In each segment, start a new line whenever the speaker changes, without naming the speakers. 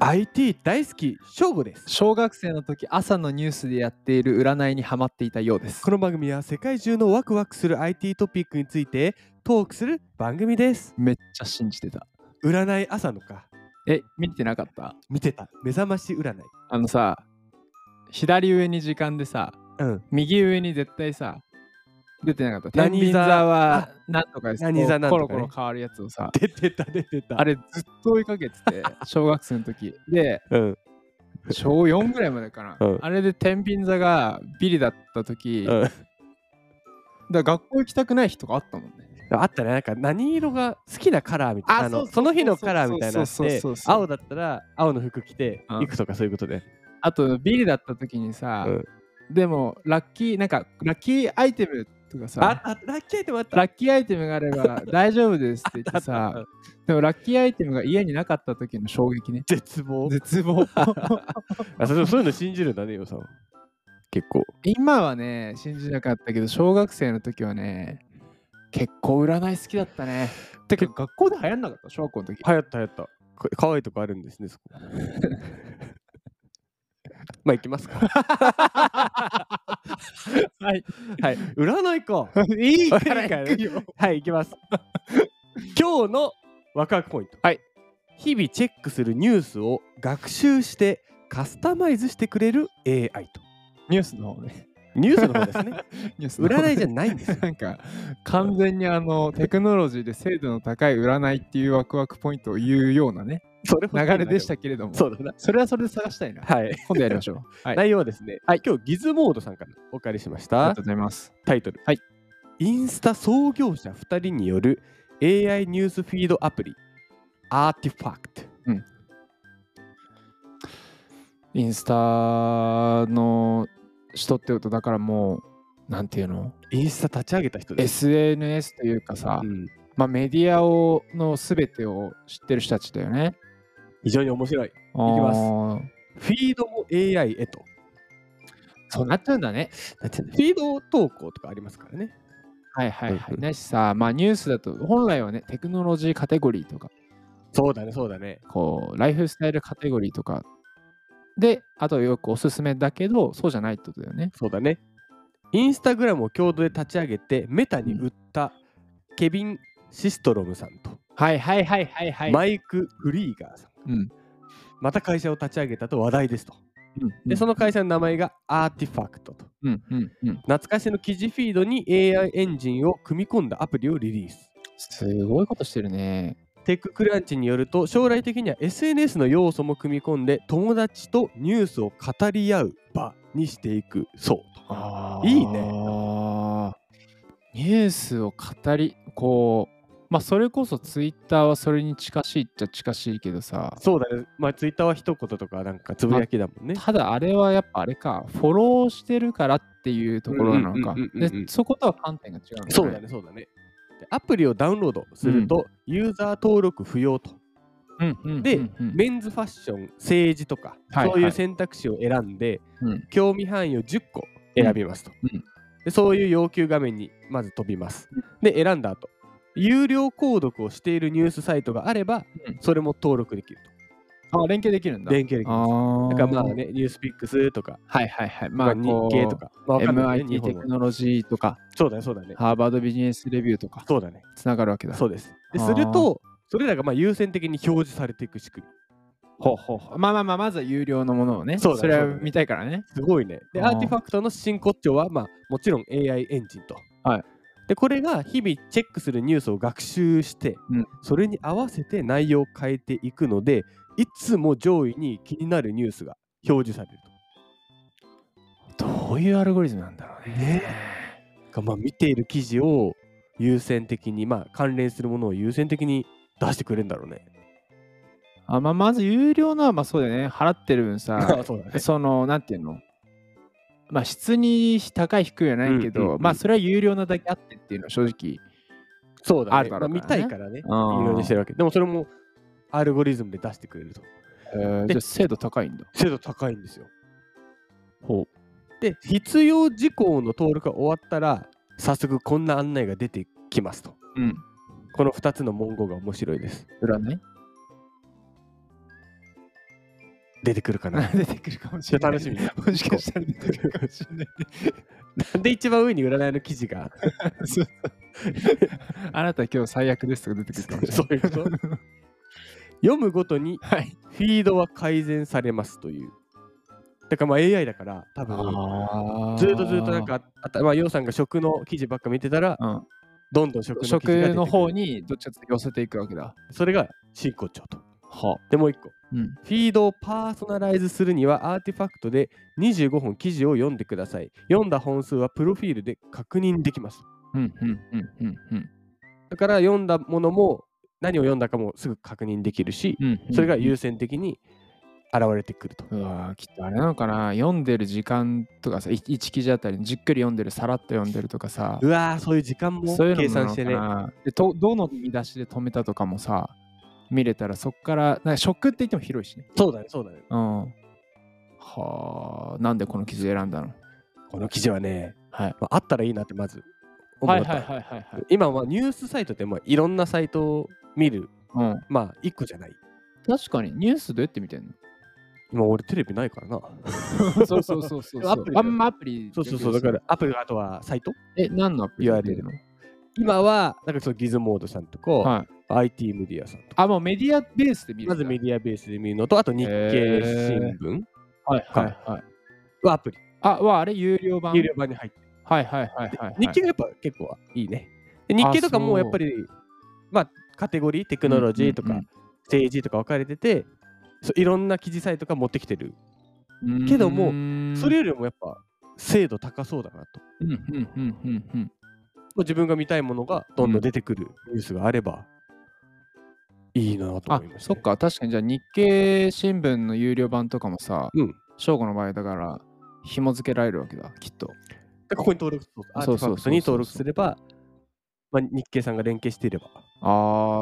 IT 大好き翔吾です
小学生の時朝のニュースでやっている占いにハマっていたようです
この番組は世界中のワクワクする IT トピックについてトークする番組です
めっちゃ信じてた
占い朝のか
え見てなかった
見てた目覚まし占い
あのさ左上に時間でさ
うん
右上に絶対さ出てなかった天
何座
秤座はなんとかです
何座なんとかね
コロコロ変わるやつをさ
出てた出てた
あれずっと追いかけて て小学生の時で
うん
小4ぐらいまでかな、
うん
あれで天秤座がビリだった時、
うん
だから学校行きたくない日とかあったもんね
あったねなんか何色が好きなカラーみたいな
あ
あの
そうそう
その日のカラーみたいなの
そうそう
で
そうそう
青だったら青の服着て
うん
行くとかそういうことで
あとビリだった時にさ、
うん
でもラッキーなんかラッキーアイテムとか
あ
さ
あラッキーアイテムあった
ラッキーアイテムがあれ ば大丈夫ですって言って
あっ
さ
た
でもラッキーアイテムが家になかった時の衝撃ね
絶望
絶望
あそうそういうの信じるんだねよさんは結構
今はね信じなかったけど小学生の時はね結構占い好きだったねてか学校で流行んなかった小学校 の時
流行った流行ったこ可愛いとこあるんですねそこまあ行きますか
はい
はい占いか
いい
から
行くよ
はい行きます今日のワクワクポイント
はい
日々チェックするニュースを学習してカスタマイズしてくれる AI と
ニュースの方ね
ニュースの方ですね
ニュースの方
占いじゃないんですよ
なんか完全にあのテクノロジーで精度の高い占いっていうワクワクポイントを言うよう なね
それ
流れでしたけれども
そうだな
それはそれで探したいな
はい、
今度やりましょ うはいあり
内容はですね、
はい
今日ギズモードさんからお借りしました
がとうございます
タイトル、
はい
インスタ創業者2人による AI ニュースフィードアプリアーティファクト
インスタの人ってことだからもうなんていうの
インスタ立ち上げた人です、
SNS というかさ、
うん
まあ、メディアをの全てを知ってる人たちだよね
非常に面白い
いき
ます
す
フィードも AI へと
そうなっちゃうんだね
フィード投稿とかありますからね
はいはいは
うんう
い
ん
だしさまあニュースだと本来はねテクノロジーカテゴリーとか
そうだねそうだね
こう、ライフスタイルカテゴリーとかで、あとよくおすすめだけど、そうじゃないってことだよね。
そうだねインスタグラムを共同で立ち上げてメタに売ったケビン・シストロムさんと
はいはいはいはいはい。
マイク・フリーガーさん
うん。
また会社を立ち上げたと話題ですとで
で、そ
そ
の、
の会社の名前がアーティファクトと
うんうんうん。
懐かしの記事フィードに AI エンジンを組み込んだアプリをリリース。
すごいことしてるね。
テッククランチによると将来的には SNS の要素も組み込んで友達とニュースを語り合う場にしていくそうと。
あ
ー
いいね。ニュースを語り、こう、まあそれこそツイッターはそれに近しいっちゃ近しいけどさ、
そうだね。まあツイッターは一言とかなんかつぶやきだもんね。
ただあれはやっぱあれか、フォローしてるからっていうところなのか
うんうんうん。うんうん
で、そことは観点が違うのね
そうだね、。そうだね。でアプリをダウンロードすると、ユーザー登録不要と。
うんうんうんうん。
でメンズファッション、政治とか、
はい
そういう選択肢を選んで、
うん
興味範囲を10個選びますと、
うん
で。そういう要求画面にまず飛びます。で、選んだ後、有料購読をしているニュースサイトがあれば、
うん
それも登録できる
あ、連携できるん
と。
だ。
連携できます。
あ
だからまあね、ニュースピックスとか、
はいはいはい。
ま
ま
あ、
あ、
日
こう
経と。か、まあ、わかんないね
MIT
日本
テ
は
クノロジーとか、
そうだね、そうだね。
ハーバードビジネスレビューとか、
そうだね。
つながるわけだ。
そうです。で
あ
す
ー
ると、それらがまあ優先的に表示されていく仕組み。
ほうほうほうまあまあまあ、まずは有料のものをね。
そうだね
それは
そうだね
見たいからね。
すごいね。で、
あ
ア
ー
ーティファクトの真骨頂は、まあ、もちろん AI エンジンと。
はい
で、これが日々チェックするニュースを学習して、
うん
それに合わせて内容を変えていくので、いつも上位に気になるニュースが表示される
どういうアルゴリズムなんだろうね。
と。まあ、見ている記事を優先的に、まあ、関連するものを優先的に出してくれるんだろうね。
あまあ、まず有料のは、まあそうだよね。払ってる分 さ、
そうだね。
その、なんていうのまあ質に高い低いはないけ
うんうんう
ど、
ん
まあそれは有料なだけあってっていうのは正直。
そうだ
あ
ね。
る
ま
だ
あ、
ろう
見た
からね
いからね。い
あー
ろいろしてるわけ。でも、それもアルゴリズムで出してくれると。
えーじゃあ精度高いんだ。
精度高いんですよ。
ほう。
で必要事項の登録が終わったら早速こんな案内が出てきますと
うん。
この2つの文言が面白いです
占い
出てくるかな。
出てくるかもしれない。
ちょっと楽しみだ
もしかしたら出てくるかもしれない ね。
で、一番上に占いの記事が。
そうあなた今日最悪ですとか出てくるかもしれない。
そういうこと読むごとに
はい。
フィードは改善されますという。だからまあ AI だから多分
あー
ずっとずっとなん、かあたまあ、ヨウさんが食の記事ばっか見てたら
うん、
どんどん食の記事が出てくる
食の方にどっちかって寄せていくわけだ。
それが真骨頂と。
は
でもう一個。
うん。
フィードをパーソナライズするにはアーティファクトで25本記事を読んでください。読んだ本数はプロフィールで確認できます。
うんうんうんうんうん
だから読んだものも何を読んだかもすぐ確認できるし、
うんうん。
それが優先的に現れてくると。
うわーきっとあれなのかな読んでる時間とかさい1記事あたりにじっくり読んでるさらっと読んでるとかさ
うわー、そういう時間も
そういうの
計
もな
算
の
し
か
てね。
なでとどの見出しで止めたとかもさ見れたらそっからなんか食って言っても広いしね
そうだね、そうだね。
うんはあなんでこの記事選んだの
この記事はね、
はい
まあ、あったらいいなってまず思った。
いはいはい
今はニュースサイトってまあいろんなサイトを見る、
うん、
まあ一個じゃない。
確かにニュースどうやって見てん
今俺テレビないからな。
の そうそうそうそうそう
アプリだよ
あんまアプリ
そう そうそう、だからアプリあとはサイト
え何のアプリ
URL
の
今は、なんかそのギズモードさんとか、
はい
IT メディアさんとか、
あもうメディアベースで見るん
ま
だ
ずメディアベースで見るのと、あと日経新聞
はいはいはい
はアプリ、
あわあれ有料版
有料版に入ってる、
はいはいはいはい、はい。
日経がやっぱ結構いいね。で日経とかもやっぱり、まあ、カテゴリー、テクノロジーと
うんう
か
ん、
政治とか分かれてて、そういろんな記事サイトが持ってきてる。けども
も
それ、よりもやっぱ、精度高そうだなと。
うんうんうんうんうん。
もう自分が見たいものがどんどん出てくるニュースがあれば、いいなと
あ
思いました、
そっ。か、確かにじゃあ日経新聞の有料版とかもさ、
うん。
正午の場合だから、紐付けられるわけだ、きっと。
でここに登録する。アーテ
そ
ィ
う
フ
そうそうそう
ァクトに登録すれば、まあ、日経さんが連携していれば。
あ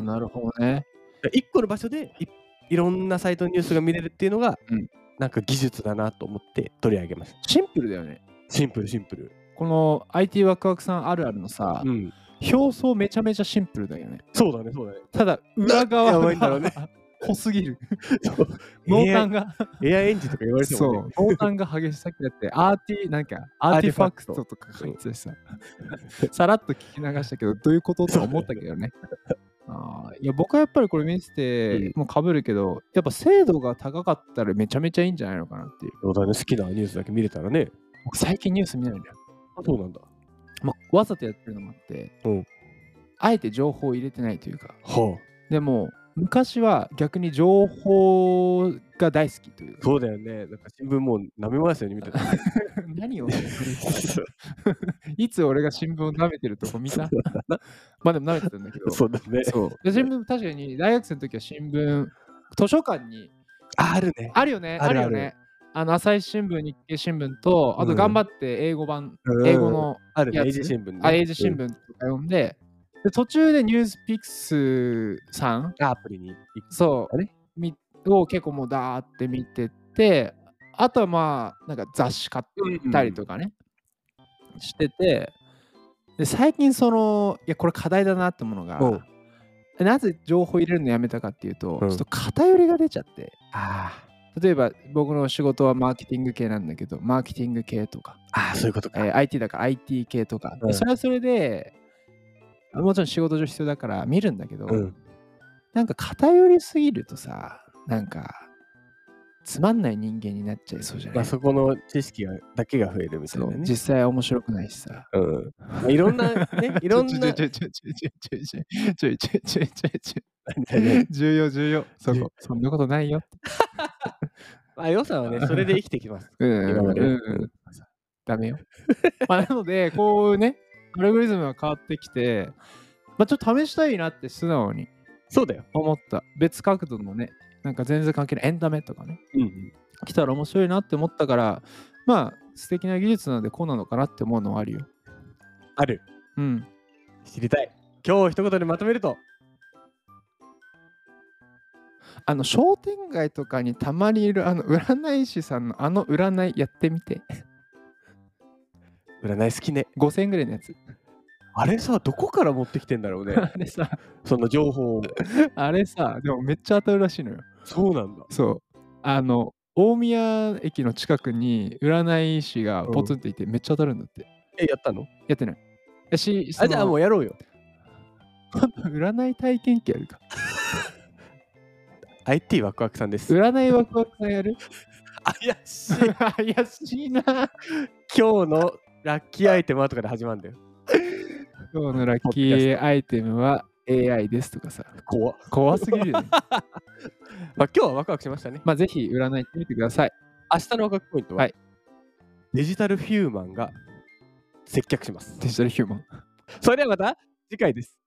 ー、なるほどね。
一個の場所でいいろんなサイトのニュースが見れるっていうのが、
うん
なんか技術だなと思って取り上げます。
シンプルだよね。
シンプルシンプル。
この IT ワクワクさんあるあるのさ、
うん、
表層めちゃめちゃシンプルだよね。
そうだね、そうだね。
ただ、裏側
や
が
ばいんだろうね
濃すぎる。
そう
濃淡が。
エアエンジンとか言われて
そ
も、
う
ね、、
濃淡が激しい。さっきだって、アーティ、なんか、アーティファクトとか書いてたしさ、さらっと聞き流したけど、どういうこととは思ったけどね。あーいや僕はやっぱりこれ見せ
う
て
ん、
もうかぶるけど、やっぱ精度が高かったらめちゃめちゃいいんじゃないのかなっていう。
そうだね、好きなニュースだけ見れたらね。
僕最近ニュース見ないんだよ。
そうなんだ。
まあ、わざとやってるのもあって、
うん
あえて情報を入れてないというか、
はあ、
でも、昔は逆に情報が大好きというか、
そうだよね。なんか新聞もう舐めますよね、みたい な。
何を いつ俺が新聞を舐めてるとこ見た まあでも舐めてたんだけど。
そうだね。
そうで新聞、確かに大学生の時は新聞、図書館に、
あるね。
あるよね、
あ
あ
る
るよね。あの、朝日新聞、日経新聞と、あ
う
と
ん
頑張って英語版、英語の、
あるね、
や
英
つ
字新聞ね。
あ英字新聞とか読んで、で途中でニュースピックスさん、
アプリに行く
そ
あれ
う、みを結構もうダーって見てて、あとはまあ、なんか雑誌買ってったりとかね、しててで最近そのいやこれ課題だなってものが
うん
なぜ情報入れるのやめたかっていうと、
うん
ちょっと偏りが出ちゃって
あ
例えば僕の仕事はマーケティング系なんだけどマーケティング系とか、
ーあー、そういうこと
え
か。
ー IT だから IT 系とか、で
うん
それはそれでもちろん仕事上必要だから見るんだけど、
うん。
なんか偏りすぎるとさなんかつまんない人間になっちゃいそうじゃない、
まあ、そこの知識がだけが増えるみたいな
そう
ね。
実際面白くないしさ
うんまあいろんな、ね、 いろんな。
ちょいちょいちょいちょいちょいちょいちょいちょいちょいちょいちょい
何々
重要重要そ
重要
こそんなことないよ
まあ、予算はね、それで生きてきます。
うん
今まで
うんうんダメよまあなのでこうねアルゴリズムが変わってきてまあちょっと試したいなって素直に
そうだよ。
思った別角度のねなんか全然関係ないエンタメとかね
うん。
来たら面白いなって思ったからまあ素敵な技術なんでこうなのかなって思うのはあるよ
ある。
うん
知りたい。今日一言でまとめると、
あの商店街とかにたまにいるあの占い師さんのあの占いやってみて
占い好きね。
5000円ぐらいのやつ
あれさ、どこから持ってきてんだろうね。
あれさ
その情報を。
あれさでもめっちゃ当たるらしいのよ
そうなんだ。
そうあの大宮駅の近くに占い師が
うん
ポツンっていて、めっちゃ当たるんだって。
え、やったの
やってない。やし、
あ、じゃあも
う
うやろうよ。
占い体験記やるか。
IT ワクワクさんです。
占いワクワクさんやる
怪 しい。
怪しいな。
今日のラッキーアイテムはとかで始まるんだよ。
今日のラッキーアイテムは AI ですとかさ。
怖っ
怖すぎるよね。
まあ今日はワクワクしましたね。
まあぜひ占い行ってみてください。
明日のワクワクポイントは、
はい
デジタルヒューマンが接客します。
デジタルヒューマン。
それではまた次回です。